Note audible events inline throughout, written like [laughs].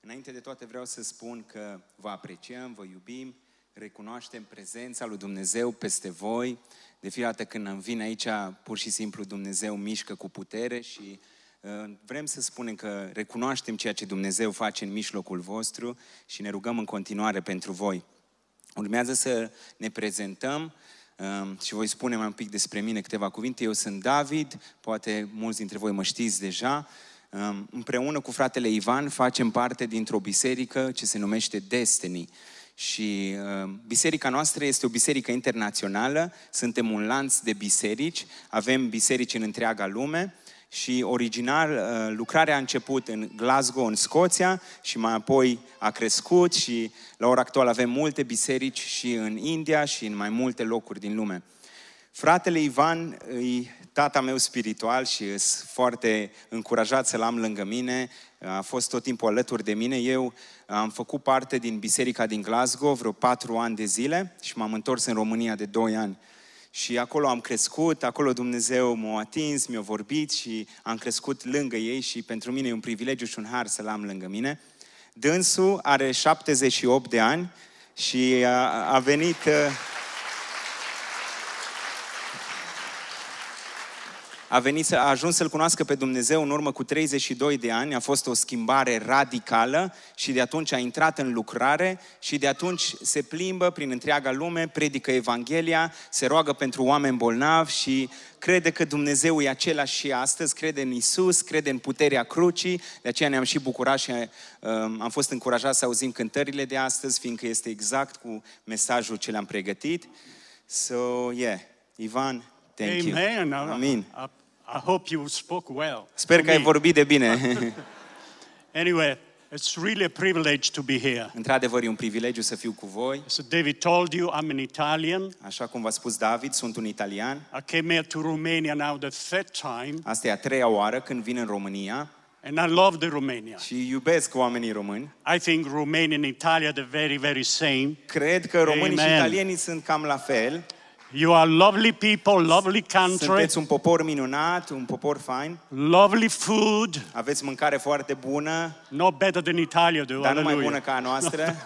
Înainte de toate vreau să spun că vă apreciem, vă iubim, recunoaștem prezența lui Dumnezeu peste voi. De fiecare dată când îmi vin aici, pur și simplu Dumnezeu mișcă cu putere și uh, vrem să spunem că recunoaștem ceea ce Dumnezeu face în mijlocul vostru și ne rugăm în continuare pentru voi. Urmează să ne prezentăm um, și voi spune mai un pic despre mine câteva cuvinte. Eu sunt David, poate mulți dintre voi mă știți deja. Um, Împreună cu fratele Ivan facem parte dintr-o biserică ce se numește Destiny. Și uh, biserica noastră este o biserică internațională, suntem un lanț de biserici, avem biserici în întreaga lume și original uh, lucrarea a început în Glasgow, în Scoția și mai apoi a crescut și la ora actuală avem multe biserici și în India și în mai multe locuri din lume. Fratele Ivan e tata meu spiritual și sunt foarte încurajat să-l am lângă mine. A fost tot timpul alături de mine. Eu am făcut parte din biserica din Glasgow vreo patru ani de zile și m-am întors în România de doi ani. Și acolo am crescut, acolo Dumnezeu m-a atins, mi-a vorbit și am crescut lângă ei și pentru mine e un privilegiu și un har să-l am lângă mine. Dânsul are 78 de ani și a, a venit... uh, a, venit, să- a ajuns să-L cunoască pe Dumnezeu în urmă cu 32 de ani, a fost o schimbare radicală și de atunci a intrat în lucrare și de atunci se plimbă prin întreaga lume, predică Evanghelia, se roagă pentru oameni bolnavi și crede că Dumnezeu e același și astăzi, crede în Isus, crede în puterea crucii, de aceea ne-am și bucurat și um, am fost încurajat să auzim cântările de astăzi, fiindcă este exact cu mesajul ce le-am pregătit. So, yeah, Ivan, thank you. Amen. I- Amin. I, I hope you spoke well. Sper to că ai me. vorbit de [laughs] bine. [laughs] Anyway, it's really a privilege to be here. Într-adevăr, e un privilegiu să fiu cu voi. As David told you, I'm an Italian. Așa cum v-a spus David, sunt un italian. I came here to Romania now the third time, Asta e a treia oară când vin în România and I love the Romania. și iubesc oamenii români. I think Romania and Italy are the very, very same. Cred că românii și Amen. italienii sunt cam la fel. You are lovely people, lovely country, Sunteți un popor minunat, un popor fain. lovely food, Aveți mâncare foarte bună, no better than Italia do. dar nu mai hallelujah. bună ca a noastră.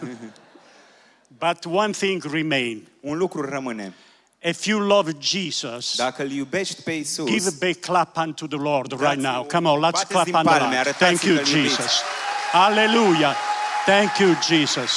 [laughs] But one thing remains. Un lucru rămâne. If you love Jesus, Dacă îl iubești pe Isus, Give a big clap unto the Lord right Dați-i now. un- Come on, let's bateți clap din unto the palme, Lord. arătați-i Thank you, că-L iubiți. Jesus. Hallelujah. Thank you, Jesus.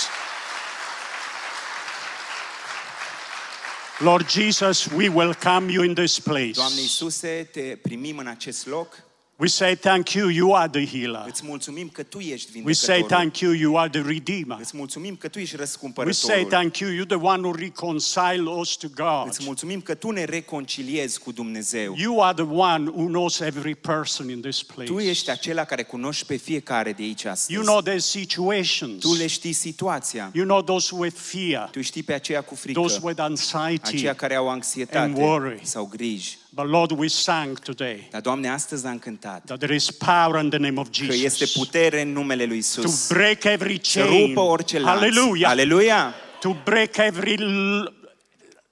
Lord Jesus, we welcome you in this Doamne place. Iisuse, te primim în acest loc. We say thank you, you are the healer. Îți mulțumim că Tu ești We say vindecătorul. thank you, you are the redeemer. Îți mulțumim că Tu ești We say răscumpărătorul. thank you, you're the one who reconcile us to God. Îți mulțumim că Tu ne reconciliezi cu Dumnezeu. You are the one who knows every person in this Tu place. ești acela care cunoști pe fiecare de aici astăzi. You know their Tu situations. le știi situația. You know those with fear, Tu știi pe aceea cu frică, those with anxiety. aceia care au and anxietate worry. sau griji. But Lord, we sang today Dar, Doamne, astăzi am cântat that there is power in the name of că este Da, Jesus putere în numele lui Isus. to break every Să chain. rupă orice lanț. Hallelujah. Aleluia! To break every l-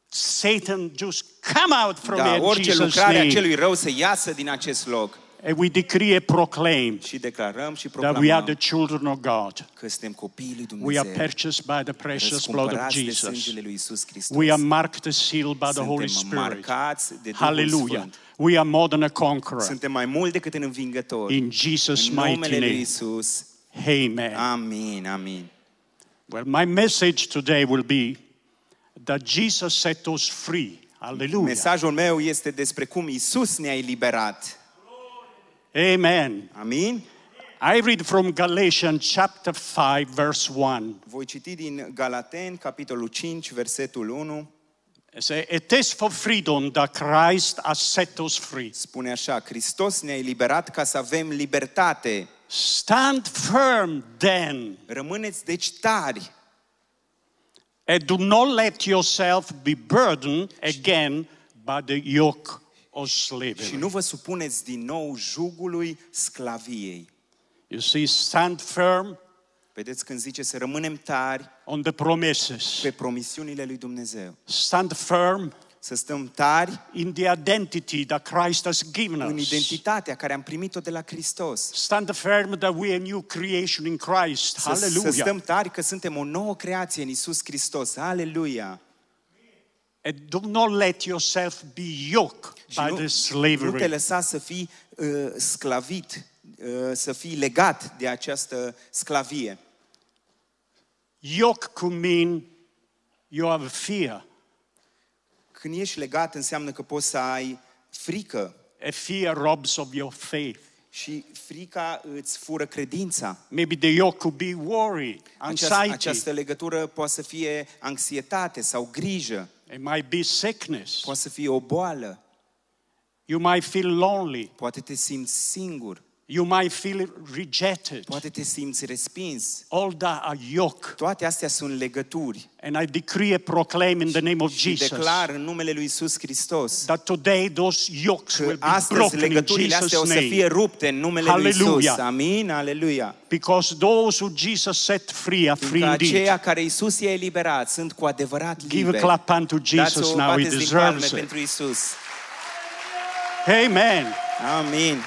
Satan, just come out from me Da, in orice Jesus' lucrare a name. celui rău să iasă din acest loc. And we decree and proclaim Și declarăm și that we are proclamăm the children of God. că suntem copiii lui We are Dumnezeu. purchased by the precious blood of Răscumpărați de Jesus. sângele lui Isus Hristos. We are marked and sealed by the Holy Suntem Spirit. marcați de Duhul Hallelujah. Sfânt. We are more than a conqueror. Suntem mai mult decât în învingători. In Jesus' în numele mighty lui name. Isus. Amen. Ah. Amin, amin. Well, my message today will be that Jesus set us free. Hallelujah. Mesajul meu este despre cum Isus ne-a eliberat. Amen. Amin? I read from Galatians chapter 5, verse 1. Voi citi din Galaten, capitolul 5, versetul 1. It says, It is for freedom that Christ has set us free. Spune așa, Hristos ne-a eliberat ca să avem libertate. Stand firm then, Rămâneți deci tari and do not let yourself be burdened again by the yoke of și slavery. nu vă supuneți din nou jugului sclaviei. You see, stand firm Vedeți când zice să rămânem tari on the promises, pe promisiunile lui Dumnezeu. stand firm să stăm tari in the identity that Christ has given în us. identitatea care am primit-o de la Hristos. Stand firm that we are a new creation in Christ. Să, să Hallelujah. stăm tari că suntem o nouă creație în Isus Hristos. Aleluia! And do not let yourself be yoked by the nu te slavery. lăsa să fii uh, sclavit, uh, să fii legat de această sclavie. Yoke could mean you have a fear, Când ești legat înseamnă că poți să ai frică a fear robs of your faith. și frica îți fură credința. Maybe the yoke could be worry, Această, anxiety. această legătură poate să fie anxietate sau grijă, It might be sickness. poate să fie o boală, You might feel lonely. poate te simți singur, You might feel rejected. poate te simți respins. All that are yoke. Toate astea sunt legături. And I decree and proclaim in the name of Și Jesus declar în numele lui Isus Hristos that today those yokes că will be astăzi broken in legăturile astea o Jesus' să fie name. rupte în numele lui Isus. Hallelujah. Amin, aleluia. Because those who Jesus set free are free Fiindcă indeed. aceia care Isus i-a eliberat sunt cu adevărat Give a liberi. clap unto Dați Jesus o now. He bateți din palme deserves it. pentru Isus. Amen. Amin.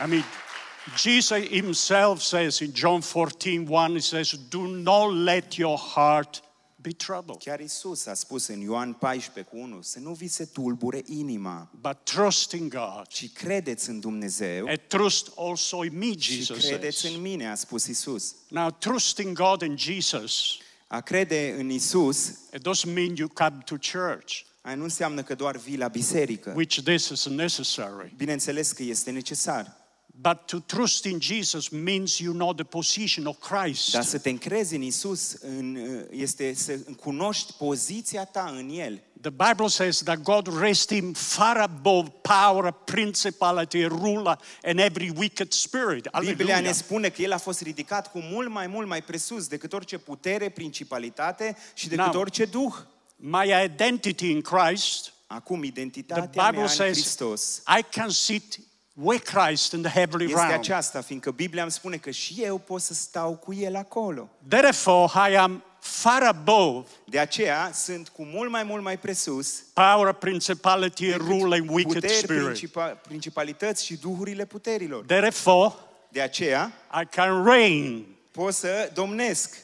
I mean, Jesus himself says in John 14, 1, he says, Do not let your heart be troubled, Chiar Isus a spus în Ioan 14 cu 1, să nu vi se tulbure inima, but trust in God. ci credeți în Dumnezeu And trust also in me, și Jesus credeți says. în mine, a spus Isus. Now, trusting God and Jesus, A crede în Isus it doesn't mean you come to church, aia nu înseamnă că doar vii la biserică. which this is necessary. Bineînțeles că este necesar, But to trust in Jesus means you know the position of Christ. dar să te încrezi în Isus în, uh, este să cunoști poziția ta în El. The Bible says that God raised him far above power, principality, ruler, and every wicked spirit. Biblia ne Hallelujah. spune că El a fost ridicat cu mult mai mult mai presus decât orice putere, principalitate și decât Now- orice duh. My identity in Christ, Acum, the identitatea mea Bible în Hristos says, I can sit with Christ in the heavenly este realm. aceasta, fiindcă Biblia îmi spune că și eu pot să stau cu el acolo. Therefore, I am far above De aceea sunt cu mult mai mult mai presus power, principality, rule, and wicked puteri, spirit. principa- principalități și duhurile puterilor. Therefore, De aceea I can reign, pot să domnesc,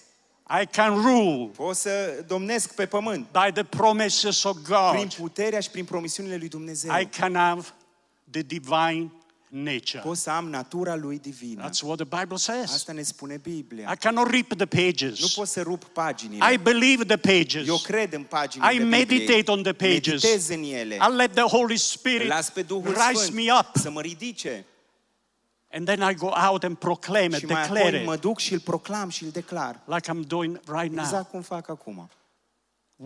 I can rule pot să domnesc pe pământ by the promises of prin God. puterea și prin promisiunile lui Dumnezeu. I can have the divine nature. Pot să am natura lui divină. That's what the Bible says. Asta ne spune Biblia. I cannot rip the Nu pages. pot să rup paginile. I believe the Eu pages. cred în paginile I Bibliei. meditate on the pages. Meditez în ele. I let the Holy Spirit Las pe Duhul rise Sfânt me up. să mă ridice. And then I go out and proclaim it, Și mai apoi declare mă it, duc și îl proclam și îl declar. like I'm doing right now. Exact cum fac acum.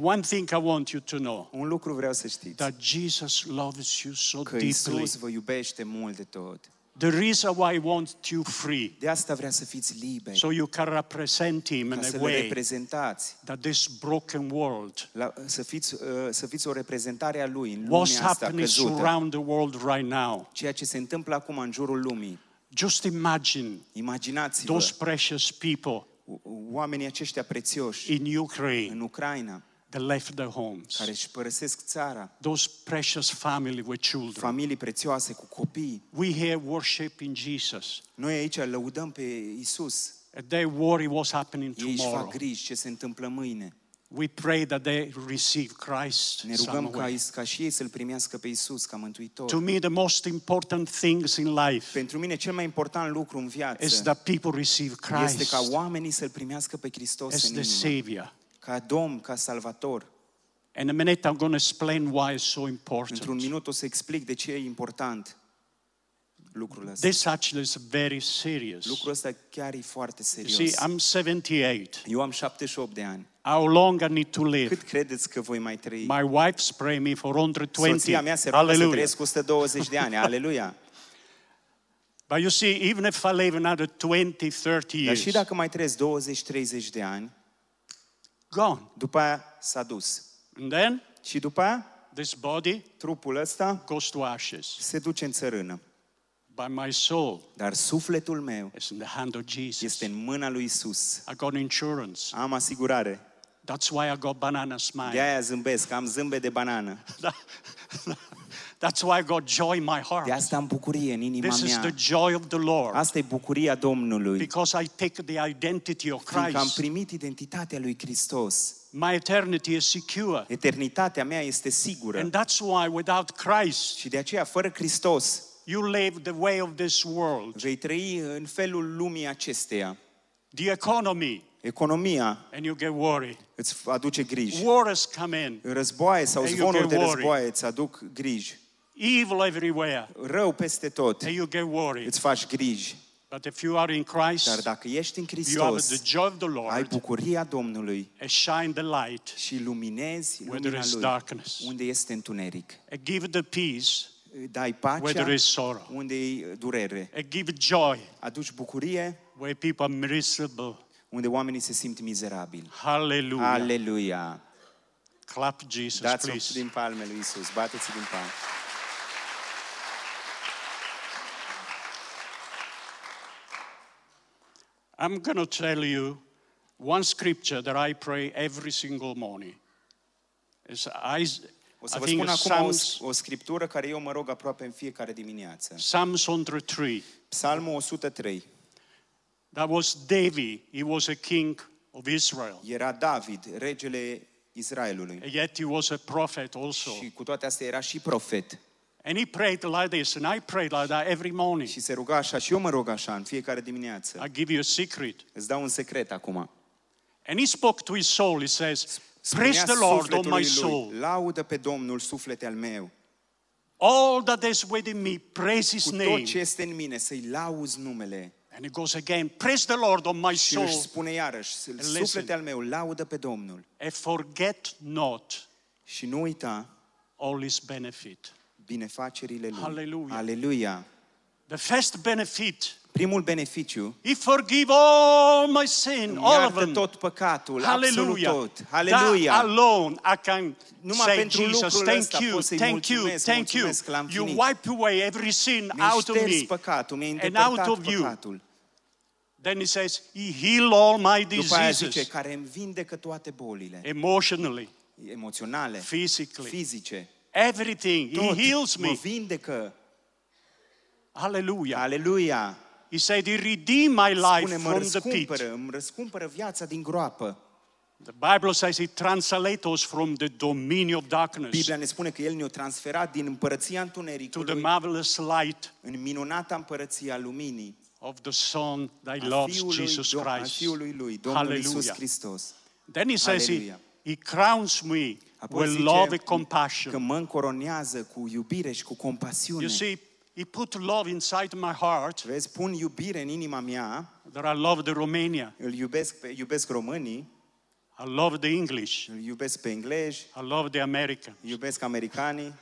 One thing I want you to know Un lucru vreau să știți. that Jesus loves you so Că Da, deeply. Isus vă iubește mult de tot. The reason why I want you free, De asta vrea să fiți liberi. so you can represent Him Ca in să a le way reprezentați. that this broken world, La, să, fiți, uh, să fiți o reprezentare a Lui în what's lumea asta happening căzută. around the world right now. Ceea ce se întâmplă acum în jurul lumii. Just imagine those Imaginați-vă precious people o- oamenii aceștia prețioși in Ukraine în Ucraina that left their homes, care își părăsesc țara. those precious family with children. Familii prețioase cu copii. We here worshiping Jesus, Noi aici îl lăudăm pe Isus. and they worry what's happening Ei își fac tomorrow. griji ce se întâmplă mâine. We pray that they receive Christ Ne rugăm ca, somewhere. Is- ca și ei să-L primească pe Isus ca Mântuitor. To me, the most important things in life Pentru mine cel mai important lucru în is viață that people receive este ca Christ oamenii să-L primească pe Hristos as în the inimă, Savior. ca Domn, ca Salvator. In a minute, I'm going to explain why it's so Într-un important. minut o să explic de ce e important lucrul ăsta. This actually is very serious. Lucrul ăsta chiar e foarte You serios. see, I'm 78. Eu am 78 de ani. How long I need to live? Cât credeți că voi mai trăi? My wife's praying me for 120. Soția mea se roagă să Hallelujah. trăiesc 120 de ani. [laughs] Aleluia! But you see, even if I live another 20, 30 Dar și years, dacă mai trăiesc 20-30 de ani, gone. după aia s-a dus. And then Și după aia, this body trupul ăsta goes to ashes. se duce în țărână. But my soul Dar sufletul meu is in the hand of Jesus. este în mâna lui Isus. I got insurance. Am asigurare. That's why I got banana De smile. aia zâmbesc, am zâmbet de banană. [laughs] That's why I got joy in my De heart. asta am bucurie în inima This is the mea. joy of the Lord Asta e bucuria Domnului. because I take the identity of Fiindcă am Christ. primit identitatea lui Hristos. My eternity is secure. Eternitatea mea este sigură. And that's why without Christ, Și de aceea, fără Hristos, you live the way of this world, vei trăi în felul lumii acesteia. the economy, Economia and you get worried. îți aduce griji. Wars come in, Războaie sau And you zvonuri get de worried. războaie îți aduc griji. evil everywhere, Rău peste tot. and you get worried. Îți faci griji. But if you are in Dar Christ, dacă ești în you have the Hristos, joy of the ai Lord bucuria Domnului and shine the light și luminezi where lumina there is Lui darkness unde este întuneric. and give the peace Dai where there pacea is sorrow unde e durere. and give joy Aduci bucurie where people are miserable. unde oamenii se simt mizerabili. Hallelujah. Aleluia! Clap Jesus, Dați please. din palme lui Isus, bateți din palme. I'm going to tell you one scripture that I pray every single morning. It's Is- O I să vă think spun it's acum o, Psalms, o scriptură care eu mă rog aproape în fiecare dimineață. Psalms 103. Psalmul 103. That was David. He was a king of Israel. Era David, regele Israelului. And yet he was a prophet also. Și cu toate astea era și profet. And he prayed like this, and I prayed like that every morning. Și se ruga așa și eu mă rog așa în fiecare dimineață. I give you a secret. Îți dau un secret acum. And he spoke to his soul. He says, Praise Spunea the Lord, O my sufletului soul. lui, laudă pe Domnul suflete al meu. All that is within me, praise his Cu tot name. ce este în mine, să-i lauzi numele. And he goes again, Praise the Lord, O my Și își soul. spune iarăși, listen. suflete al meu, laudă pe Domnul. and forget not Și nu uita all his benefit. binefacerile lui. Aleluia. Aleluia. The first benefit, Primul beneficiu he forgive all my sin, Îmi all of iartă them. tot păcatul, Hallelujah. Da, absolut tot. Hallelujah. That alone I can Numai say, pentru Jesus, lucrul thank ăsta you, pot să-i thank you, mulțumesc, thank you. mulțumesc că l-am You finit. wipe away every sin Mi-ai out of șters me. păcatul, mi-ai and out îndepărtat of you. păcatul. Then he says, he heal all my După aia zice, diseases, care îmi vindecă toate bolile emotionally, emoționale, physically, fizice. everything. He Tot heals mă me. vindecă. Hallelujah. Aleluia! He said, he redeemed my life Spune, mă from the pit. răscumpără, îmi răscumpără viața din groapă. The Bible says it translates us from the dominion of darkness Biblia ne spune că El ne-a transferat din împărăția to the întunericului marvelous light în minunata împărăția luminii of the Son that a loves Fiului, Jesus Dom- a Christ. Fiului Lui, Domnul Iisus Hallelujah. Hristos. Then he says he, Hallelujah. he crowns me Apoi with zice love and că compassion. mă încoronează cu iubire și cu compasiune. You see, he put love inside my heart Vezi, pun iubire în inima mea, that I love the Romania, îl iubesc pe, iubesc românii, I love the English, îl iubesc pe englezi, I love the American, iubesc americanii,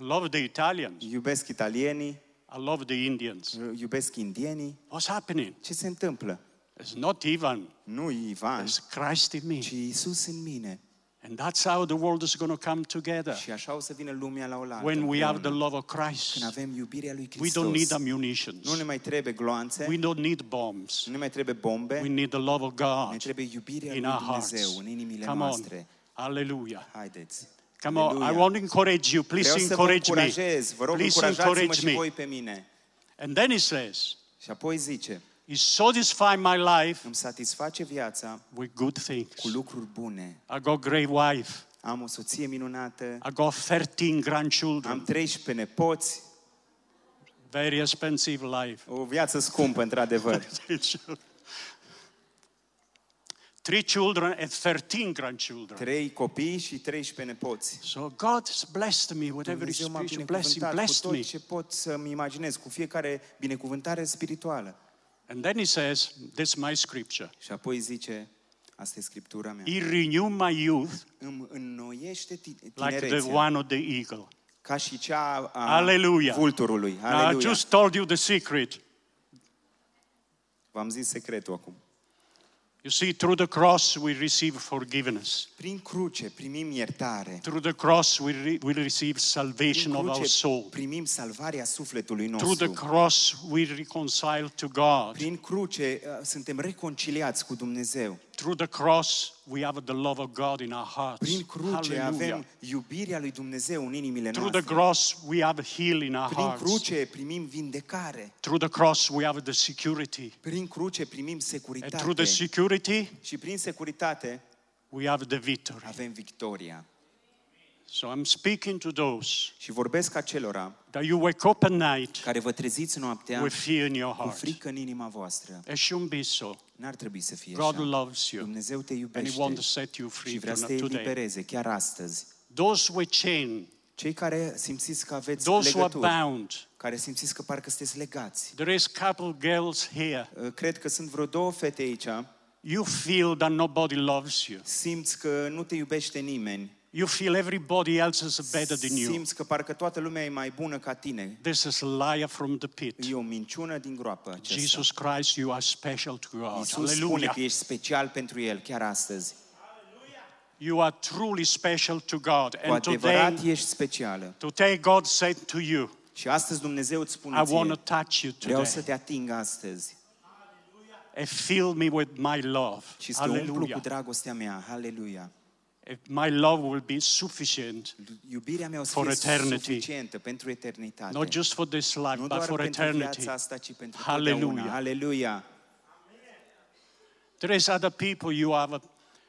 I love the Italians, iubesc italienii, I love the Indians. îl iubesc indienii. What's happening? Ce se întâmplă? It's not Ivan, Nu Ivan, it's Christ in me. ci Isus în mine. And that's how the world is going to come together Și așa o să vină lumea la oaltă. when we have the împreună. love of Christ. Când avem iubirea lui We don't need Hristos. Nu ne ammunitions. mai trebuie gloanțe, We don't need bombs. nu ne mai trebuie bombe, We need the love of ne God trebuie iubirea in lui our hearts. Dumnezeu în inimile Come on. noastre. Hallelujah. Haideți. Come on. I Aleluia. want to encourage you. Please Vreau să vă encourage me. încurajez, vă rog, Please încurajați-mă encourage și me. voi pe mine. And then he says, Și apoi zice, He satisfied my life îmi satisface viața with good cu things. lucruri bune. I got great wife. Am o soție minunată, I got 13 am grandchildren. 13 nepoți, Very expensive life. [laughs] o viață scumpă, într-adevăr. Three children and 13 grandchildren. Trei copii și 13 nepoți. So God has blessed me with every Dumnezeu m-a spiritual blessing, binecuvântat cu blessed tot me. ce pot să-mi imaginez, cu fiecare binecuvântare spirituală. And then he says, this is my scripture. Și apoi zice, asta e Scriptura mea, He renewed my youth îmi înnoiește ti- like the tinerețea, one of the eagle. ca și cea a Aleluia. vulturului. Now, I Aleluia. just told you the secret. V-am zis secretul acum. You see, through the cross we receive forgiveness. Prin cruce primim iertare. Through the cross we, re- we receive salvation Prin of our cruce soul. primim salvarea sufletului Through the nostru. cross we reconcile to God. Prin cruce uh, suntem reconciliați cu Dumnezeu. Through the cross, we have the love of God in our hearts. Prin cruce Hallelujah. avem iubirea lui Dumnezeu în inimile Through noastre. the cross, we have healing in our Prin hearts. cruce primim vindecare. Through the cross, we have the security. Prin cruce primim And through securitate. the security, Și prin securitate we have the victory. avem victoria. So I'm speaking to those Și vorbesc acelora that you wake up at night care vă treziți noaptea with fear in your cu heart. frică în inima voastră. It shouldn't be so. N-ar trebui să fie God așa. loves you Dumnezeu te and He wants to iubește set you free și vrea să te today. elibereze chiar astăzi. Those who are chained, Cei care simțiți că aveți those who are legături, bound, care simțiți că parcă sunteți legați. ă, there is couple girls here. Cred că sunt vreo două fete aici. You feel that nobody loves you. Simți că nu te iubește nimeni. You feel everybody else is better than you. Simți că parcă toată lumea e mai bună ca tine. This is a liar from the pit. E o minciună din groapă aceasta. Jesus Christ, you are special to God. Iisus spune Hallelujah. că ești special pentru El chiar astăzi. You are truly special to God. Cu And today, adevărat e- ești specială. today God said to you, Și astăzi Dumnezeu îți spune I want to ție, touch you vreau să today te ating astăzi and fill me with my love. și să te umplu cu Hallelujah. dragostea mea. Haleluya! If My love will be sufficient, Iubirea mea o să For fie eternity. suficientă pentru eternitate. not just for this life, nu but doar for pentru eternity. viața asta, ci pentru Hallelujah. totdeauna. Haleluya! There is other people you have a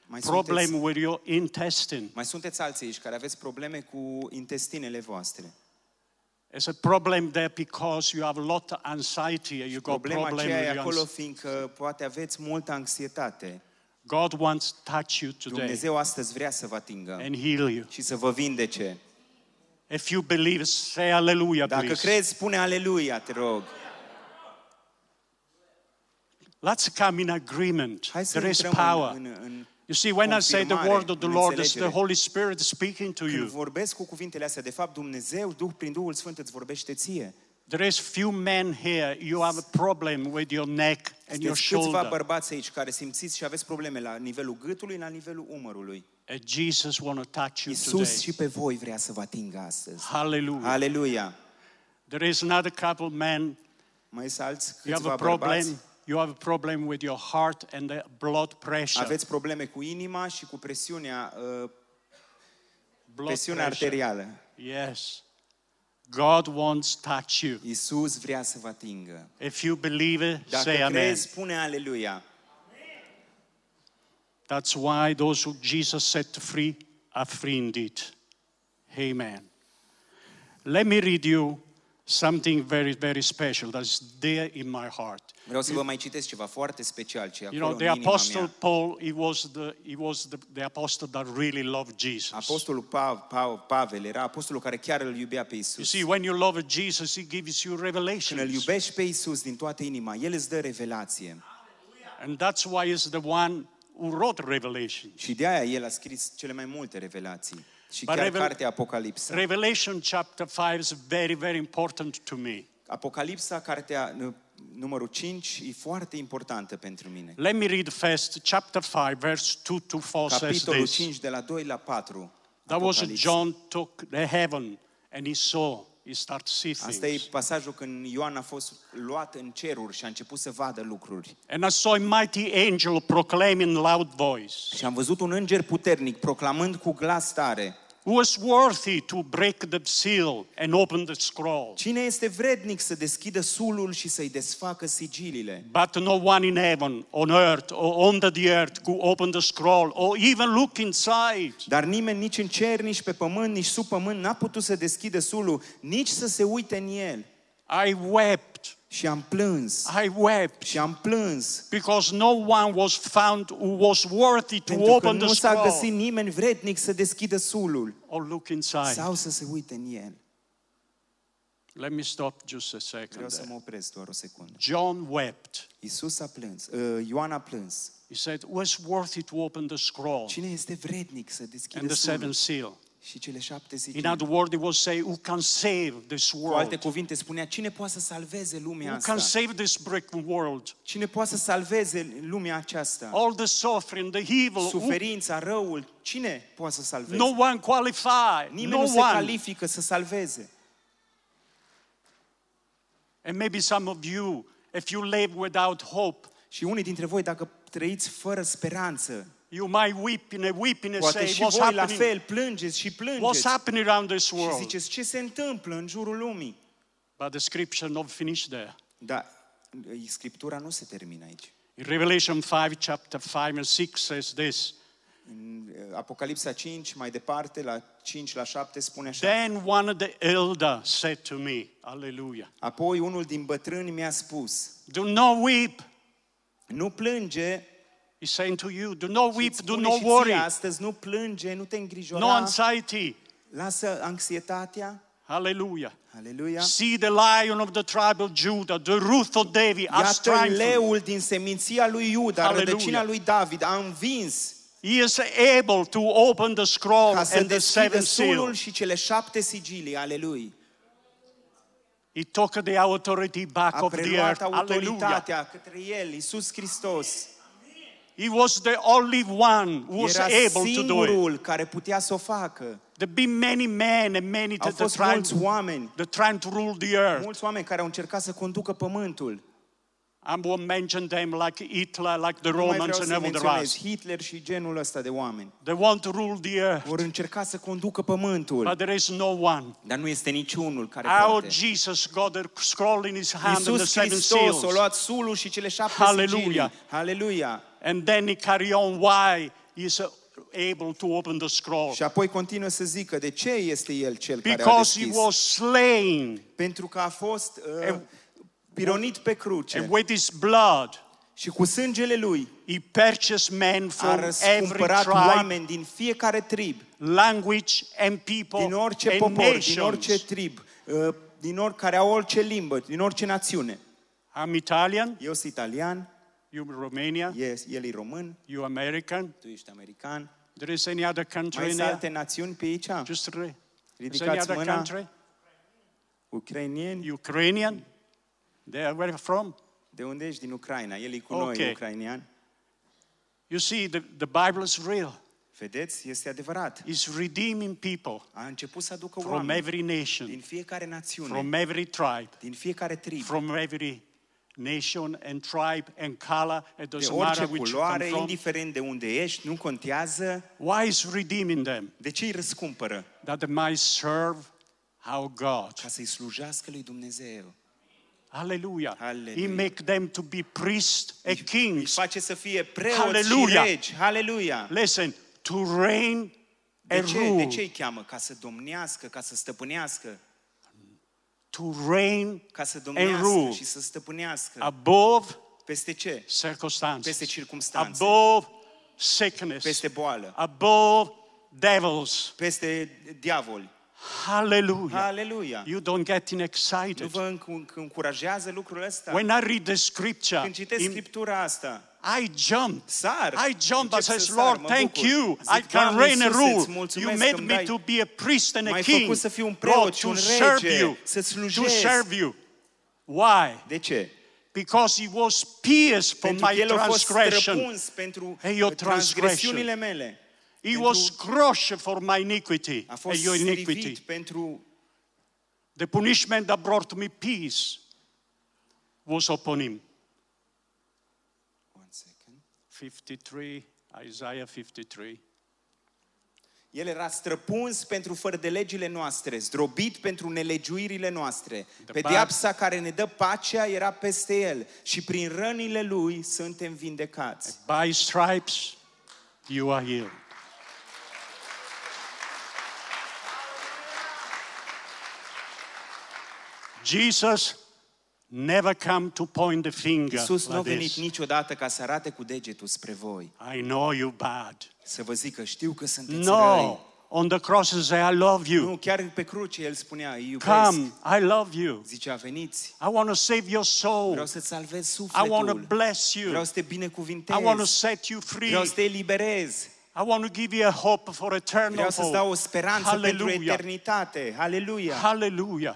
Mai sunteți, problem with your intestine. mai sunteți alții aici care aveți probleme cu intestinele voastre. It's a problem there because you have a lot of anxiety and you got Problema problem aceea with e your acolo ans- fiindcă poate aveți multă anxietate. God wants to touch you today Dumnezeu astăzi vrea să vă atingă and heal you. și să vă vindece. If you believe, say hallelujah, Dacă please. crezi, spune aleluia, te rog. Let's come in agreement. Hai să There is intrăm power. în, în, în You see, when I say the confirmare, word of the în Lord, it's the înțelegere. Holy Spirit speaking to Când you. vorbesc cu cuvintele astea, de fapt Dumnezeu, Duh, prin Duhul Sfânt îți vorbește ție. There is few men here. You have a problem with your neck and your Sunteți câțiva shoulder. bărbați aici care simțiți și aveți probleme la nivelul gâtului, la nivelul umărului. And Jesus want to touch you Iisus today. și pe voi vrea să vă atingă astăzi. Hallelujah. Aleluia! There is another couple men. Mai sunt alți You have câțiva a bărbați. problem. You have a problem with your heart and the blood pressure. Aveți probleme cu inima și cu presiunea, uh, Blood presiunea pressure. arterială. Yes. God wants to touch you. Iisus vrea să vă atingă. If you believe it, Dacă say amen. crezi, spune aleluia. That's why those who Jesus set free are free indeed. Amen. Let me read you something very, very special that's there in my heart. Vreau să vă mai citesc ceva foarte special ce e You acolo know, în the inima Apostle mea. Paul, he was the, he was the, the apostle that really loved Jesus. Apostolul Pa- Pa- Pavel era apostolul care chiar îl iubea pe You Isus. see, when you love Jesus, he gives you Când îl revelation. iubești pe Isus din toată inima, El îți dă revelație. And that's why he's the one who wrote Revelation. Și de aia El a scris cele mai multe revelații. Și But chiar revel- cartea Apocalipsa. Revelation chapter 5 is very, very important to me. Apocalipsa, cartea nu- numărul 5, e foarte importantă pentru mine. Let me read first chapter 5, verse 2 to 4 says Capitolul this. 5, de la 2 la 4. That was Apocalipsa. John took the heaven and he saw, he started to see Asta e things. pasajul când Ioan a fost luat în ceruri și a început să vadă lucruri. And I saw a mighty angel proclaim in loud voice, Și am văzut un înger puternic proclamând cu glas tare, who was worthy to break the seal and open the scroll. Cine este vrednic să deschidă sulul și să-i desfacă sigilile? But no one in heaven, on earth, or under the earth could open the scroll or even look inside. Dar nimeni nici în cer, nici pe pământ, nici sub pământ n-a putut să deschidă sulul, nici să se uite în el. I wept, Și am plâns, I wept, și am plâns, because no one was found who was worthy to pentru că open the nu s-a scroll. găsit nimeni vrednic să deschidă sulul or Oh, look inside. sau să se uite în el. Let me stop just a second. Vreau să there. mă opresc doar o secundă. John wept. Iisus a plâns, uh, Ioan a plâns. He said, "Was worthy to open the scroll Cine este vrednic să and deschidă the sulul seven seal?" și cele șapte In sigile? other words, he was saying, "Who can save this Cu alte world? cuvinte spunea, cine poate să salveze lumea Who can asta? save this broken world? Cine poate să salveze lumea aceasta? All the suffering, the evil. Oh, who- Suferința, răul, cine poate să salveze? no one qualified. Nimeni No nu se one." califică să salveze. And maybe some of you, if you live without hope, Și unii dintre voi, dacă trăiți fără speranță, You might weep in a weep in a poate say, și what's voi la happening? fel plângeți și What's plângeți. happening around this Și world? ziceți, ce se întâmplă în jurul lumii? But the scripture not finished there. Dar e, Scriptura nu se termină aici. In Revelation 5, chapter 5 and 6 says this. În e, Apocalipsa 5, mai departe, la 5 la 7, spune așa. Then one of the elder said to me, Hallelujah, Apoi unul din bătrâni mi-a spus, do not weep. nu plânge, He's saying to you, do not weep, îți do spune not și ție worry, astăzi, nu plânge, nu te no îngrijora, anxiety. lasă anxietatea, Hallelujah. aleluia. See the lion of the tribe of Judah, the root of David, has Iată triumphed. leul din seminția lui Iuda, Aleluia. rădăcina lui David, a învins He is able to open the scroll ca să and the deschidă seven sulul seal. și cele șapte sigilii ale lui. He took the authority back A of the preluat earth. Hallelujah. autoritatea către el, Iisus Hristos. He was the only one who was Era able to do it. singurul care putea să o facă. There been many men and many Au that are fost trying, mulți oameni, that trying to rule the earth. mulți oameni care au încercat să conducă pământul. I won't mention them like Hitler, like the Nu mai Romans vreau and să all the menționez rest. Hitler și genul ăsta de oameni. They want to rule the earth, Vor încerca să conducă pământul, but there is no one. dar nu este niciunul care Our poate. Jesus got a scroll in his hand and the Iisus seven Hristos a seals. luat sulul și cele șapte Hallelujah. sigilii. Haleluia! And then he carry on why he's uh, able to open the scroll. Și apoi continuă să zică de ce este el cel care a Because he deschis. was slain Pentru că a fost uh, pironit pe cruce and with his blood și cu sângele lui he purchased men a from every răscumpărat tribe, oameni din fiecare trib, language and din people orice and popor, din orice nations. trib, uh, din or, care au orice limbă, din orice națiune. I'm Italian, Eu sunt italian, you Romania, el, el e român, you American. tu ești american. There is any other country Mai in sunt there? alte națiuni pe aici? Just re- is any Ridicați other mâna. country? Ucrainieni? Ukrainian? They are where from? De unde ești? Din Ucraina. El e cu Ok. noi, e ucrainian. You see, the, the Bible is real. Vedeți? Este adevărat. It's redeeming people A început să aducă from oameni every nation, din fiecare națiune, from every tribe, din fiecare trib. from every nation and tribe and color. It de doesn't orice matter which you come culoare, from. indiferent de unde ești, nu contează Why is redeeming them? de ce îi răscumpără. That they might serve our God. Ca să-i slujească lui Dumnezeu. Hallelujah. He Hallelujah. make them to be priests and Îi kings. face să fie preoți Hallelujah. și regi. Haleluia! Listen, to reign De and ce? De rule. ce îi cheamă? Ca să domnească, ca să stăpânească, To reign ca să rule. domnească și să stăpânească. above Peste ce? circumstances, Peste circumstanțe. above sickness, Peste boală. above devils. Peste diavoli. Hallelujah. Haleluia! You don't getting Nu excited. vă înc- încurajează lucrul ăsta? Deci, When uh, I read the scripture, Când citesc in- Scriptura asta, I jump. sar. I jump and încep să says, sar, Lord, mă thank bucur. you. Zic, I can Doamne reign and Iisuse, rule. îți You mulțumesc made că-mi me dai- to be a priest and a M-ai king. făcut să fiu un preot Lord, și to un serve rege, you. să To slujesc. serve you. Why? De ce? Because he was pierced for Pentru my că el a fost transgression. străpuns pentru and your uh, transgresiunile mele. He Pentru- was crushed for my iniquity A fost and your strivit iniquity. pentru... The punishment that brought me peace was upon him. One second. 53, Isaiah 53. El era străpuns pentru fără de legile noastre, zdrobit pentru nelegiuirile noastre. Pediapsa care ne dă pacea era peste el și prin rănile lui suntem vindecați. By stripes you are healed. Jesus never come to point the finger Iisus nu a like venit this. niciodată ca să arate cu degetul spre voi, I know you bad. să vă zică, știu că sunteți No, răi. on the cross and say, I love you. Nu, chiar pe cruce el spunea, îi iubesc. Come, I love you. Zicea, veniți, I want to save your soul. vreau să-ți salvez I want to sufletul. bless you. Vreau să te I want to binecuvintez. set you free. Vreau să te eliberez. I want to give you a hope for eternal Vreau să-ți dau o hope. speranță pentru Hallelujah. eternitate. Haleluia! Hallelujah.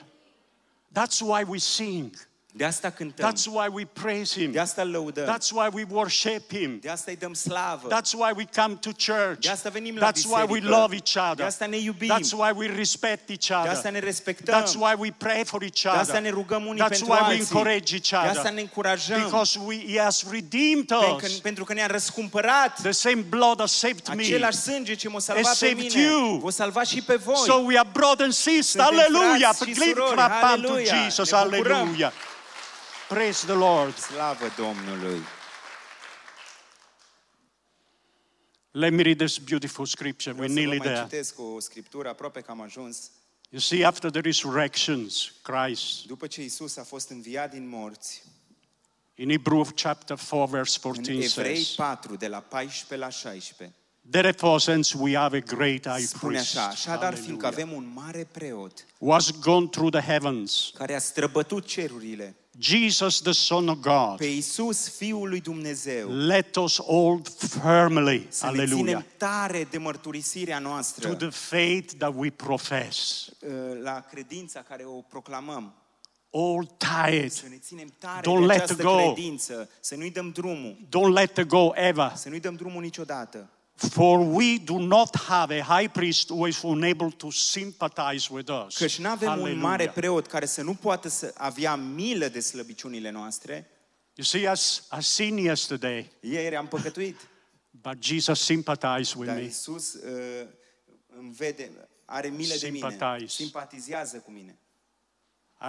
That's why we sing. De asta cântăm. That's why we praise Him. De asta îl lăudăm. That's why we worship Him. De asta îi dăm slavă. That's why we come to church. De asta venim la That's why we biserică. love each De other. asta ne iubim. That's why we respect each De asta other. ne respectăm. That's why we pray for each de asta ne other. rugăm unii That's pentru why we alții. encourage each De asta other. ne încurajăm. Because we, He has redeemed pentru, că, us. pentru că ne-a răscumpărat. The same blood that saved me. Același sânge ce m-a salvat Has pe saved mine, you. v-a salvat și pe voi. So we are brothers and sisters. Suntem Hallelujah. frați și Give surori. clap unto Hallelujah. Jesus. Ne bucurăm. Hallelujah. Praise the Lord. Slavă Domnului! Let me read this beautiful scripture. Vreau We're să vă nearly mai there. citesc o scriptură, aproape că am ajuns. You see, after the resurrections, Christ, După ce Isus a fost înviat din morți, in Hebrew chapter 4, verse în 14 Evrei says, 4, de la 14 la 16, Therefore, since we have a great high spune priest așa, așadar, fiindcă hallelujah, avem un mare preot who has gone through the heavens, care a străbătut cerurile, Jesus, the Son of God, pe Isus, Fiul lui Dumnezeu, let us hold firmly, să ne hallelujah, ținem tare de mărturisirea to noastră the faith that we profess. uh, la credința care o proclamăm. Hold tight. Să ne ținem tare Don't de let această go. credință, să nu-i dăm drumul, Don't let go ever. să nu-i dăm drumul niciodată. For we do not have a high priest who is unable to sympathize with us. Căci nu avem un Hallelujah. mare preot care să nu poată să avea milă de slăbiciunile noastre. You see, as I seen yesterday, Ieri am păcătuit, but Jesus sympathized with dar me. Iisus uh, îmi vede, are milă de mine, Sympathize. simpatizează cu mine.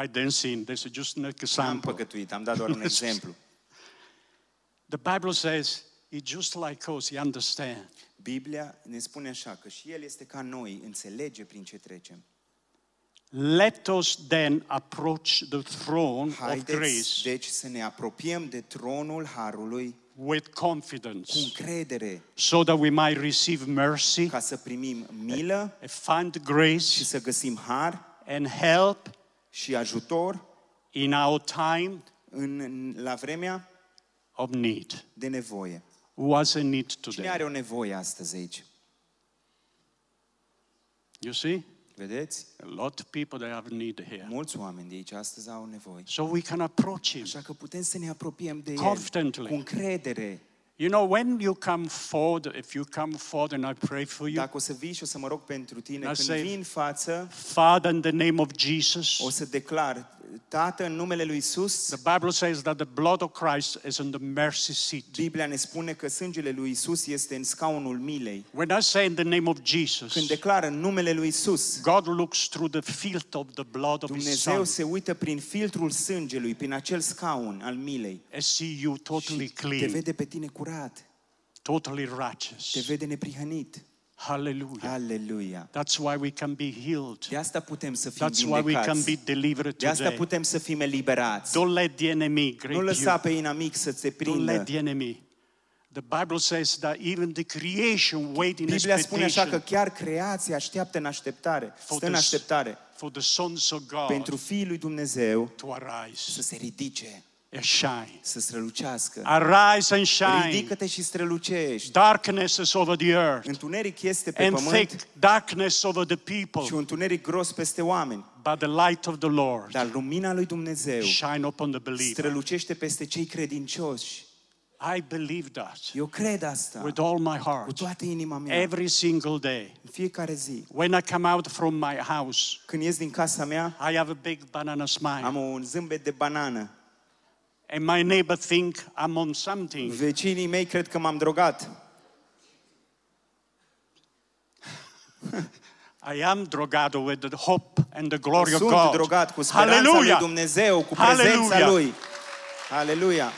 I didn't sin. This is just an Am example. păcătuit, am dat doar un exemplu. The Bible says he's just like us. He understands. Biblia ne spune așa, că și El este ca noi, înțelege prin ce trecem. Let us then approach the throne of Haideți, grace deci, să ne apropiem de tronul Harului with cu confidence, încredere, so that we might receive mercy ca să primim milă and find și grace să găsim har and help și ajutor in our time în, în, la vremea of need. de nevoie. What's a need Cine today? are o nevoie astăzi aici? You see, Vedeți? a lot of people they have need here. Mulți oameni de aici astăzi au nevoie. So we can approach him. Așa că putem să ne apropiem de El Confidently. cu încredere. You know, when you come forward, if you come forward and I pray for you, Dacă o să vii și o să mă rog pentru tine, Now când say- vii în față, Father, in the name of o Jesus, să declar, Tată, în numele lui Isus, the Bible says that the blood of Christ is on the mercy seat. Biblia ne spune că sângele lui Isus este în scaunul milei. When I say in the name of Când Jesus, declară în numele lui Isus, God looks through the filth of the blood of His Dumnezeu Son se uită prin filtrul sângelui, prin acel scaun al milei. and see you totally Te clean, vede pe tine curat, totally te righteous. vede neprihănit. Hallelujah. Aleluia! That's why we can be healed. De asta putem să fim That's why we can be vindecați. delivered De asta today. putem să fim eliberați. Don't let the enemy grip Nu you. lăsa pe inamic să te Don't prindă. let the enemy. The Bible says that even the creation wait in Biblia spune așa că expectation chiar creația așteaptă în așteptare, stă în this- așteptare for the sons of God pentru Fiul lui Dumnezeu to să arise se ridice, and shine. să strălucească. Arise and shine. Ridică-te și strălucești. Darkness is over the earth Întuneric este pe and pământ thick darkness over the și people, un tuneric gros peste oameni. but the light of the Lord Dar lumina lui Dumnezeu shine upon the believer. strălucește peste cei credincioși. I believe that Eu cred asta with all my cu heart, toată inima mea, every single day. în fiecare zi. When I come out from my house, Când ies din casa mea, I have a big banana smile. am un zâmbet de banană. and my neighbor think I'm on something. Vecinii mei cred că m-am drogat. I am drogado with the hope and the glory of Sunt God. drogat cu speranța lui Hallelujah. Dumnezeu, cu prezența Hallelujah. lui. Aleluia!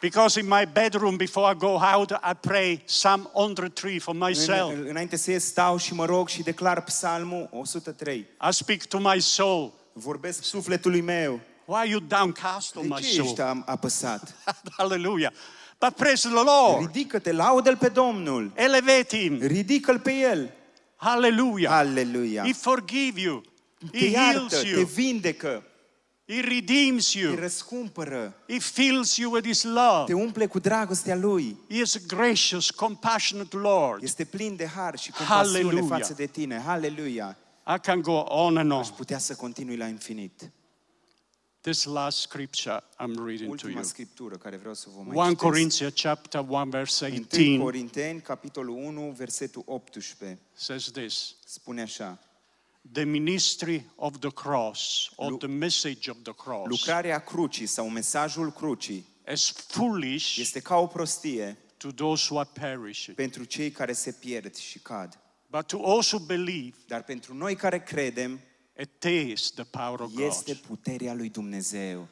Because in my bedroom before I go out, I pray Psalm 103 for myself. În, înainte să ies, stau și mă rog și declar psalmul 103. I speak to my soul. Vorbesc sufletului meu. Why are you downcast on De my ce soul? ești am apăsat? [laughs] Hallelujah. But praise the Lord. Ridică-te, laudă-L pe Domnul. Elevate him. Ridică-L pe El. Hallelujah. Aleluia! He forgive you. Te He iartă, heals te you. vindecă, He redeems te you. răscumpără, He fills you with his love. te umple cu dragostea Lui. He is a gracious, compassionate Lord. Este plin de har și compasiune Hallelujah. față de tine. Haleluia! I can go on and on. Putea să continui la infinit. This last scripture I'm reading to Ultima you. scriptură care vreau să vă mai 1 citesc. Corinthians chapter 1 verse 1 18 Corinteni, capitolul 1, versetul 18, says this. spune așa. The ministry of the cross or Lu- the message of the cross Lucrarea crucii sau mesajul crucii is foolish este ca o prostie to those who are perishing, pentru cei care se pierd și cad. but to also believe Dar pentru noi care credem, it is the power of God. este puterea lui Dumnezeu.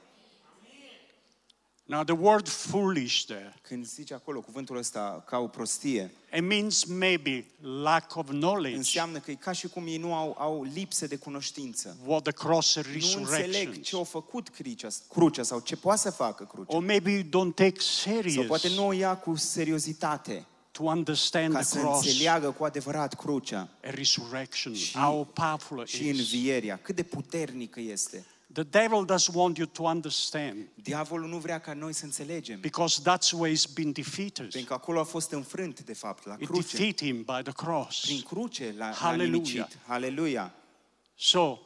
Now the word foolish there Când zice acolo cuvântul ăsta ca o prostie, It means maybe lack of knowledge, înseamnă că e ca și cum ei nu au, au lipsă de cunoștință. what the cross Nu înțeleg ce resurrection, au făcut crucea, crucea sau ce poate să facă crucea. or maybe you don't take Sau poate serious nu o ia cu seriozitate to understand ca the să cross, înțeleagă cu adevărat crucea a resurrection, Și- how powerful it și is. învierea, cât de puternică este. The devil doesn't want you to understand Diavolul nu vrea ca noi să înțelegem, because that's where he's been defeated. pentru că acolo a fost înfrânt, de fapt, la It cruce. defeated him by the Prin cross. cruce l-a, l-a Hallelujah. nimicit. Haleluia! So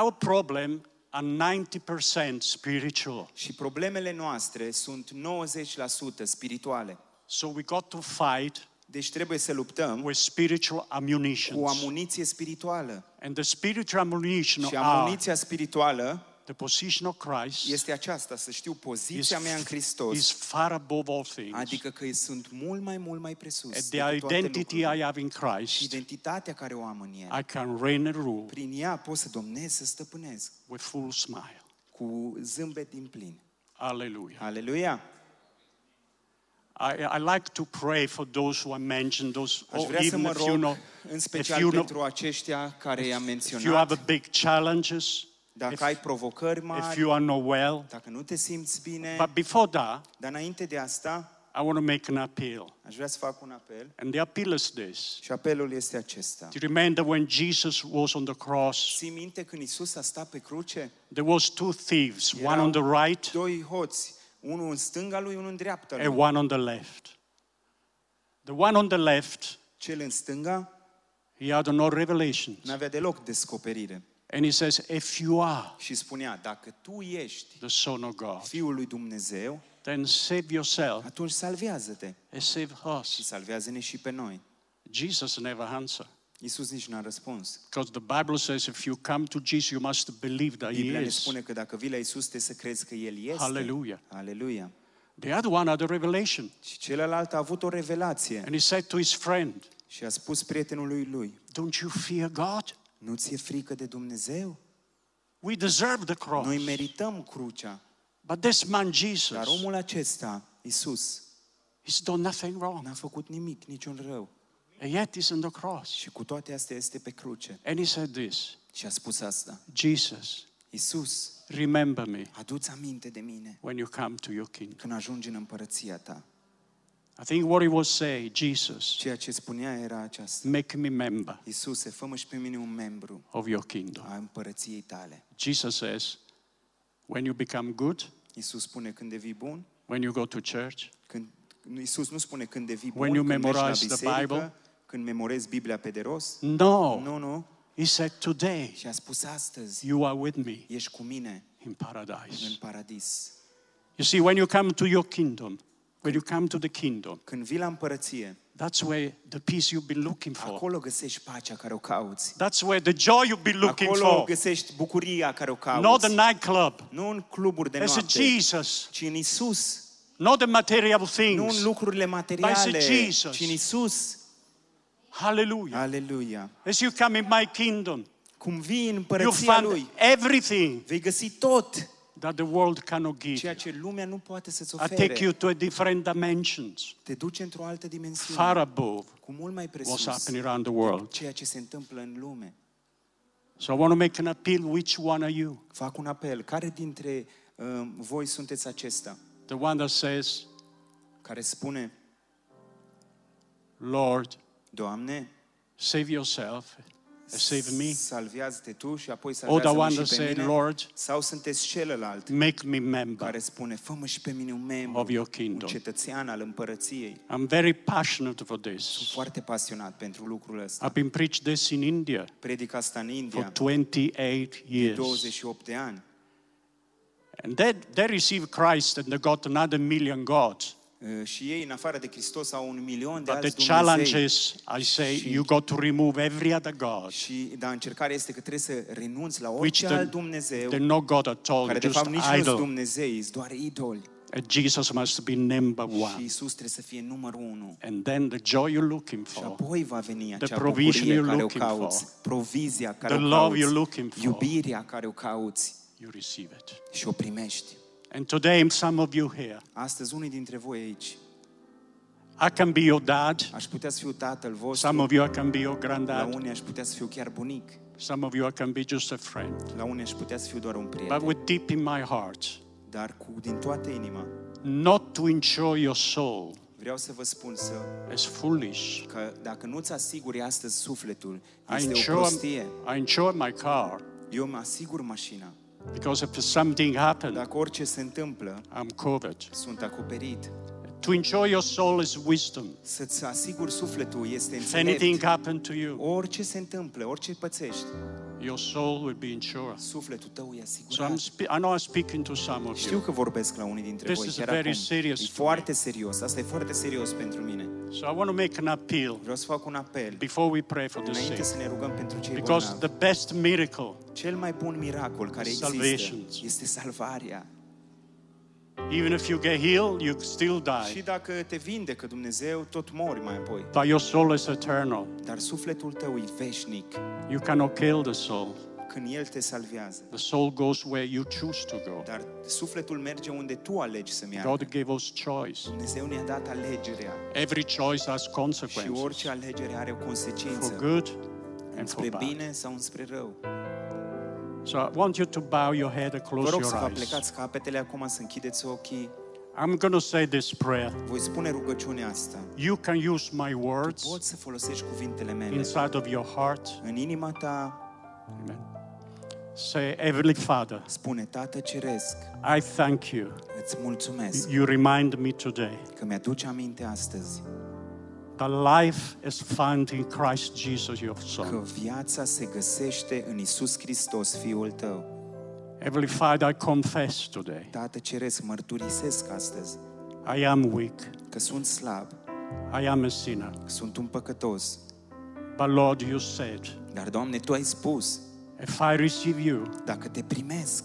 our problem are 90% spiritual. Și problemele noastre sunt 90% spirituale. So we got to fight Deci trebuie să luptăm with spiritual cu ammunition. amuniție spirituală. And the spiritual ammunition Și are amuniția spirituală The position of Christ este aceasta, să știu is, poziția mea în is Hristos. far above all things. Adică că sunt mult mai mult mai And presus the decât toate identity lucrurile. I have in Și Christ, identitatea care o am în el. I can reign and rule Prin ea pot să domnez, să stăpânesc with full smile. cu zâmbet din plin. Hallelujah. Aleluia! I, I like to pray for those who I mentioned, those Aș or vrea să Oh, even mă if you know, rog în if special you, know, pentru aceștia care i-am if you have menționat. a big challenges, if- Dacă ai provocări if mari, you are not well. dacă nu te simți bine, But before that, dar înainte de asta, I want to make an appeal. aș vrea să fac un apel. And the appeal is this. Și apelul este acesta. Do you remember when Jesus was on the cross, Ții minte când Isus a stat pe cruce? there was two thieves, one Erau on the right Doi hoți, unul în stânga lui, unul în dreapta and lui. one on the left. The one on the left, Cel în stânga he had no revelation. n-avea deloc descoperire. And he says, If you are Și spunea, dacă tu ești the Son of God, Fiul lui Dumnezeu, then save yourself atunci salvează-te and save și us. salvează-ne și pe noi. Jesus never answered. Isus nici n-a răspuns. Because the Bible says, if you come to Jesus, you must believe that he Biblia ne is. spune că dacă vii la Isus, trebuie să crezi că El este. Hallelujah. Aleluia. The other one had a revelation. Și celălalt a avut o revelație And he said to his friend, și a spus prietenului lui, Don't you fear God? nu ți-e frică de Dumnezeu? We deserve the cross. Noi merităm crucea, But this man, dar Jesus, omul acesta, Isus, he's done nothing wrong. n-a făcut nimic, niciun rău. And yet he's on the cross. Și cu toate astea este pe cruce. And he said this Și a spus asta. Jesus, Isus, remember me adu-ți aminte de mine when you come to your kingdom. când ajungi în împărăția ta. I think what he was saying, Jesus, Ceea ce spunea era aceasta. make me member Isuse, fă și pe mine un membru of your kingdom. a împărăției tale. Jesus says, when you become good, Isus spune când devii bun, when you go to church, când Isus nu spune când devii bun, When you când mergi la memorize the Bible. biserică, când memorezi Biblia pe de rost. no. Nu, nu. He said, today Și a spus astăzi, you are with me ești cu mine in paradise. în paradis. You see, when you come to your kingdom, when you come to the kingdom, Când vii la împărăție, that's where the peace you've been looking for. acolo găsești pacea care o cauți. That's where the joy you've been looking Acolo for. găsești bucuria care o cauți. Not the nightclub. Nu în cluburi de It's a noapte, Jesus, ci în Isus. not the material Nu în things. lucrurile materiale, Dar este Jesus. ci în Isus. Hallelujah. Aleluia. As you come in my kingdom, Cum vii în you împărăția find Lui, everything vei găsi tot that the world cannot give. ceea you. ce lumea nu poate să-ți I take you ofere. to a different dimensions, Te duce într-o altă dimensiune, far above cu mult mai what's presus happening around the world. ceea ce se întâmplă în lume. So I want to make an appeal. Which one are you? Fac un apel. Care dintre uh, voi sunteți acesta The one that says, care spune, Lord, Doamne, save yourself, and save me. Salvează-te tu și apoi Or the one salvează-mă that și pe says, mine. Lord, Sau sunteți celălalt make me member. care spune, fă-mă și pe mine un membru, Of your un kingdom. cetățean al împărăției. I'm very passionate for this. Foarte pasionat pentru lucrul ăsta. I've been preached this in India Predic asta în for India, 28 years. 28 de ani. And they, they received Christ and they got another million gods. Uh, Și ei, în afară de Hristos, au un milion de But the alți challenge Dumnezei. is, I say, you got to remove every other God, Și, dar încercarea este că trebuie să renunți la which orice they're, alt Dumnezeu, they're no God at all, care de just fapt nici nu sunt idol. Dumnezei, sunt doar idoli. And Jesus must be number Și one. Isus trebuie să fie numărul unu. And then the joy you're looking Și for, apoi va veni acea Oh. provision bucurie you're care o looking for. cauți, provizia care The o love cauți, you're looking for. iubirea care o cauți you receive it. și o primești. And today, some of you here, Astăzi, unii dintre voi aici, I can be your dad. aș putea să fiu tatăl vostru, Some of you, I can be your la granddad. unii aș putea să fiu chiar bunic, Some of you, I can be just a friend. la unii aș putea să fiu doar un prieten, But with deep in my heart, dar cu din toată inima not to enjoy your soul vreau să vă spun să, as foolish. că dacă nu-ți asiguri astăzi sufletul, I este o enjoy, prostie. I enjoy my car Eu îmi asigur mașina. because if something happens, Dacă orice se întâmplă, I'm covered. sunt acoperit. To enjoy your soul is wisdom. Să-ți asiguri sufletul este If înțelept. anything happened to you, Orice se întâmplă, orice pățești, your soul will be insured. sufletul tău e So asigurat. I'm spe- I know I'm speaking to some of Știu you. că vorbesc la unii dintre This voi is chiar very acum. serious e to foarte serios. Asta e foarte serios pentru mine. So I want to make an appeal Vreau să fac un apel. before we pray for the Înainte sick. să ne rugăm pentru cei Because bolnavi. the best miracle, Cel mai bun miracol care există Salvation. este salvarea. even if you get healed, you still Și die. dacă te vindecă Dumnezeu, tot mori mai apoi. But your soul is eternal. Dar sufletul tău e veșnic You cannot kill the soul. când El te salvează. The soul goes where you choose to go. Dar sufletul merge unde tu alegi să meargă. God gave us choice. Dumnezeu ne-a dat alegerea Every choice has și consequences orice alegere are o for consecință. good and for Spre bad. bine sau înspre rău. So I want you to bow your head and Vă close rog să your vă eyes. plecați capetele acum, să închideți ochii. I'm going to say this prayer. Voi spune rugăciunea asta. You can use my words Poți să folosești cuvintele mele. inside of your heart. În inima ta Amen. Say, Heavenly Father, spune, Tată Ceresc, I thank you. îți mulțumesc You remind me today că mi-aduci aminte astăzi that life is found in Christ Jesus, your Son. că viața se găsește în Isus Hristos, Fiul tău. Heavenly Father, I confess today Tată Ceresc, mărturisesc astăzi I am weak, că sunt slab, I am a sinner. că sunt un păcătos. But Lord, you said, Dar, Doamne, Tu ai spus, if I receive you, dacă te primesc,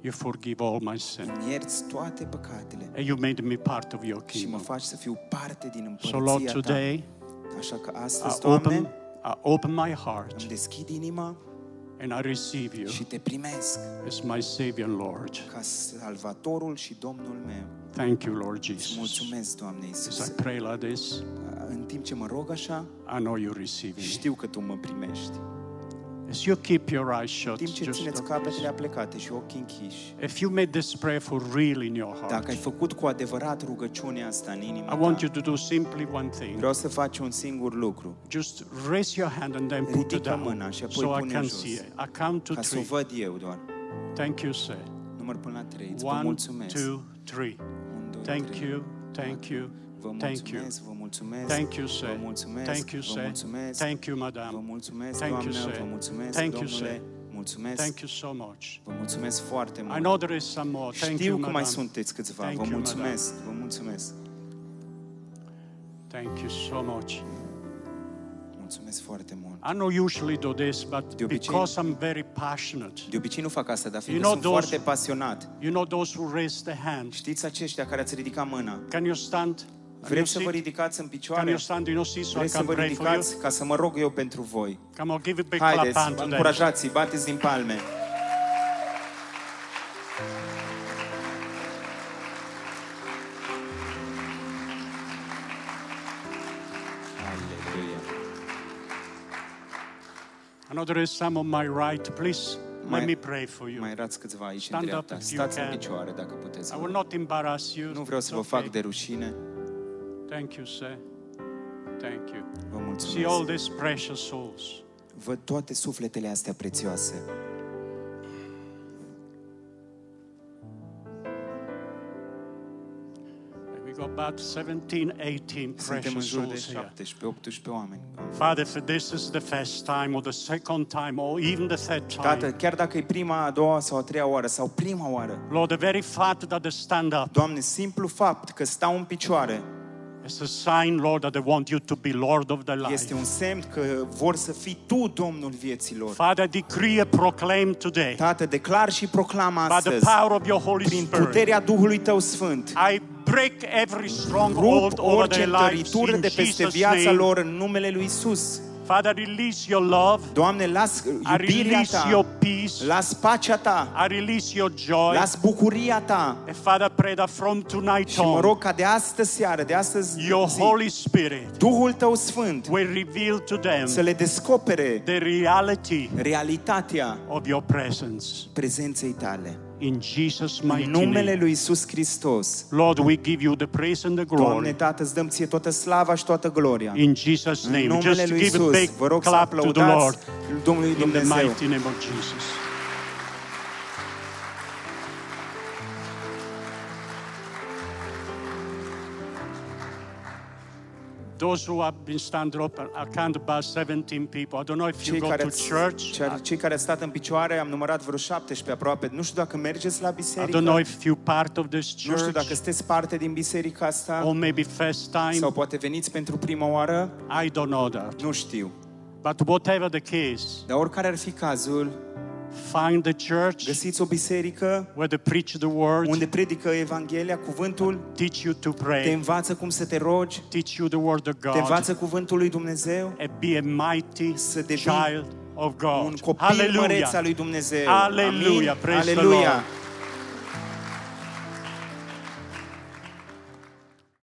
you forgive all my sin. îmi ierți toate păcatele And you made me part of your și mă kingdom. faci să fiu parte din So, Lord, împărăția ta. today Așa că I astăzi, Doamne, open, I open my heart îmi deschid inima and I receive you și te primesc as my Savior, and Lord. ca Salvatorul și Domnul meu. Thank you, Lord Jesus. Mulțumesc, Doamne As Iisuse. I pray like this, În timp ce mă rog așa, I know you receive me. știu că Tu mă primești. As you keep your eyes shut, În timp ce just țineți stop this. capetele aplecate și ochii închiși, if you made this prayer for real in your dacă ai heart, făcut cu adevărat rugăciunea asta în I inima want ta, you to do simply one thing. vreau să faci un singur lucru, Just raise your hand and then put Ridică it mâna down și apoi so I pune can jos. see it. I count to ca să o three. văd eu doar. Thank you, sir. Număr până la trei. Îți vă One, mulțumesc. two, three. Un, doi, Thank trei. you, thank you, Vă thank you. mulțumesc, vă mulțumesc, Thank you, vă sir. mulțumesc, Thank you, vă sir. mulțumesc, Thank you, vă madam. mulțumesc, Thank you, doamnă, sir. vă mulțumesc, Thank you, domnule, sir. mulțumesc, Thank you so much. vă mulțumesc foarte mult. I know there is some more. Thank Știu you, că mai madam. sunteți câțiva, Thank vă you, mulțumesc, vă mulțumesc, Thank you so much. mulțumesc foarte mult. I know usually do this, De but obicei- because I'm very passionate, De obicei nu fac asta, dar fiindcă know sunt those- foarte pasionat. you know those who raise their hand. Știți aceștia care ați ridicat mâna? Can you stand? Can you Vreți să vă sit? ridicați în Can picioare? you stand? You know, see, so I Vreți să can vă pray for you. ridicați ca să mă rog eu pentru voi? Come on, give a big clap Haideți, hand vă to them. încurajați, bateți din palme. Aleluia. I know there is some on my right. Please My- let me pray for you. Mai erați câțiva aici Stand în up dreapta. if you Stați în can. picioare dacă puteți. I vă will rog. not embarrass you. Nu vreau It's să vă fac okay. de rușine. Thank you, sir. Thank you. Vă See all mulțumesc. these precious souls. Văd toate sufletele astea prețioase. There we We've got about 17, 18 Suntem în precious jur de souls here. 17-18 oameni. Father, if this is the first time or the second time or even the third Tată, time, chiar dacă e prima, a doua sau a treia oară sau prima oară, Lord, the very fact that they stand up Doamne, simplu fapt că stau în picioare is a sign, Lord, that they want you to be Lord of their life. este un semn că vor să fii Tu, Domnul vieților. Father, decree and proclaim today Tată, declar și proclam by the astăzi, power of your Holy prin Spirit. puterea Duhului Tău Sfânt, I break every stronghold rup over orice their lives întăritură in de peste Jesus' viața name. lor în numele Lui Isus. Father, release your love. Doamne, las I iubirea release your Ta, peace. las pacea Ta, I release your joy. las bucuria Ta. And Father, pray that from tonight Și mă on, rog ca de astă seară, de astăzi your zi, Holy Spirit Duhul Tău Sfânt will reveal to them să le descopere the reality realitatea of your presence prezenței tale. in Jesus' În mighty numele name. lui Isus Hristos, Lord, we give you the praise and the Doamne glory Tată, îți dăm ție toată slava și toată gloria. in Jesus' În name. numele Just lui give a Isus, big vă rog să clap to the Lord aplaudați Domnului in the Dumnezeu. mighty name of Jesus. Those who have been standing up, I count about 17 people. I don't know if you Cei go care, to ați, church. cea- cei care ați stat în picioare, am numărat vreo 17 aproape. Nu știu dacă mergeți la I biserică, don't know if you're part of this nu știu dacă church sunteți parte din biserica asta, or maybe first time. sau poate veniți pentru prima oară, I don't know that. nu știu. But whatever the case, Dar oricare ar fi cazul, find the church găsiți o biserică where they preach the word, unde predică Evanghelia, cuvântul, teach you to te pray, învață cum să te rogi, teach you the word of te God, învață cuvântul lui Dumnezeu, and be a mighty Să devii child of un God. copil măreț al Hallelujah. lui Dumnezeu. Hallelujah. Amin. Praise the Aleluia. Lord.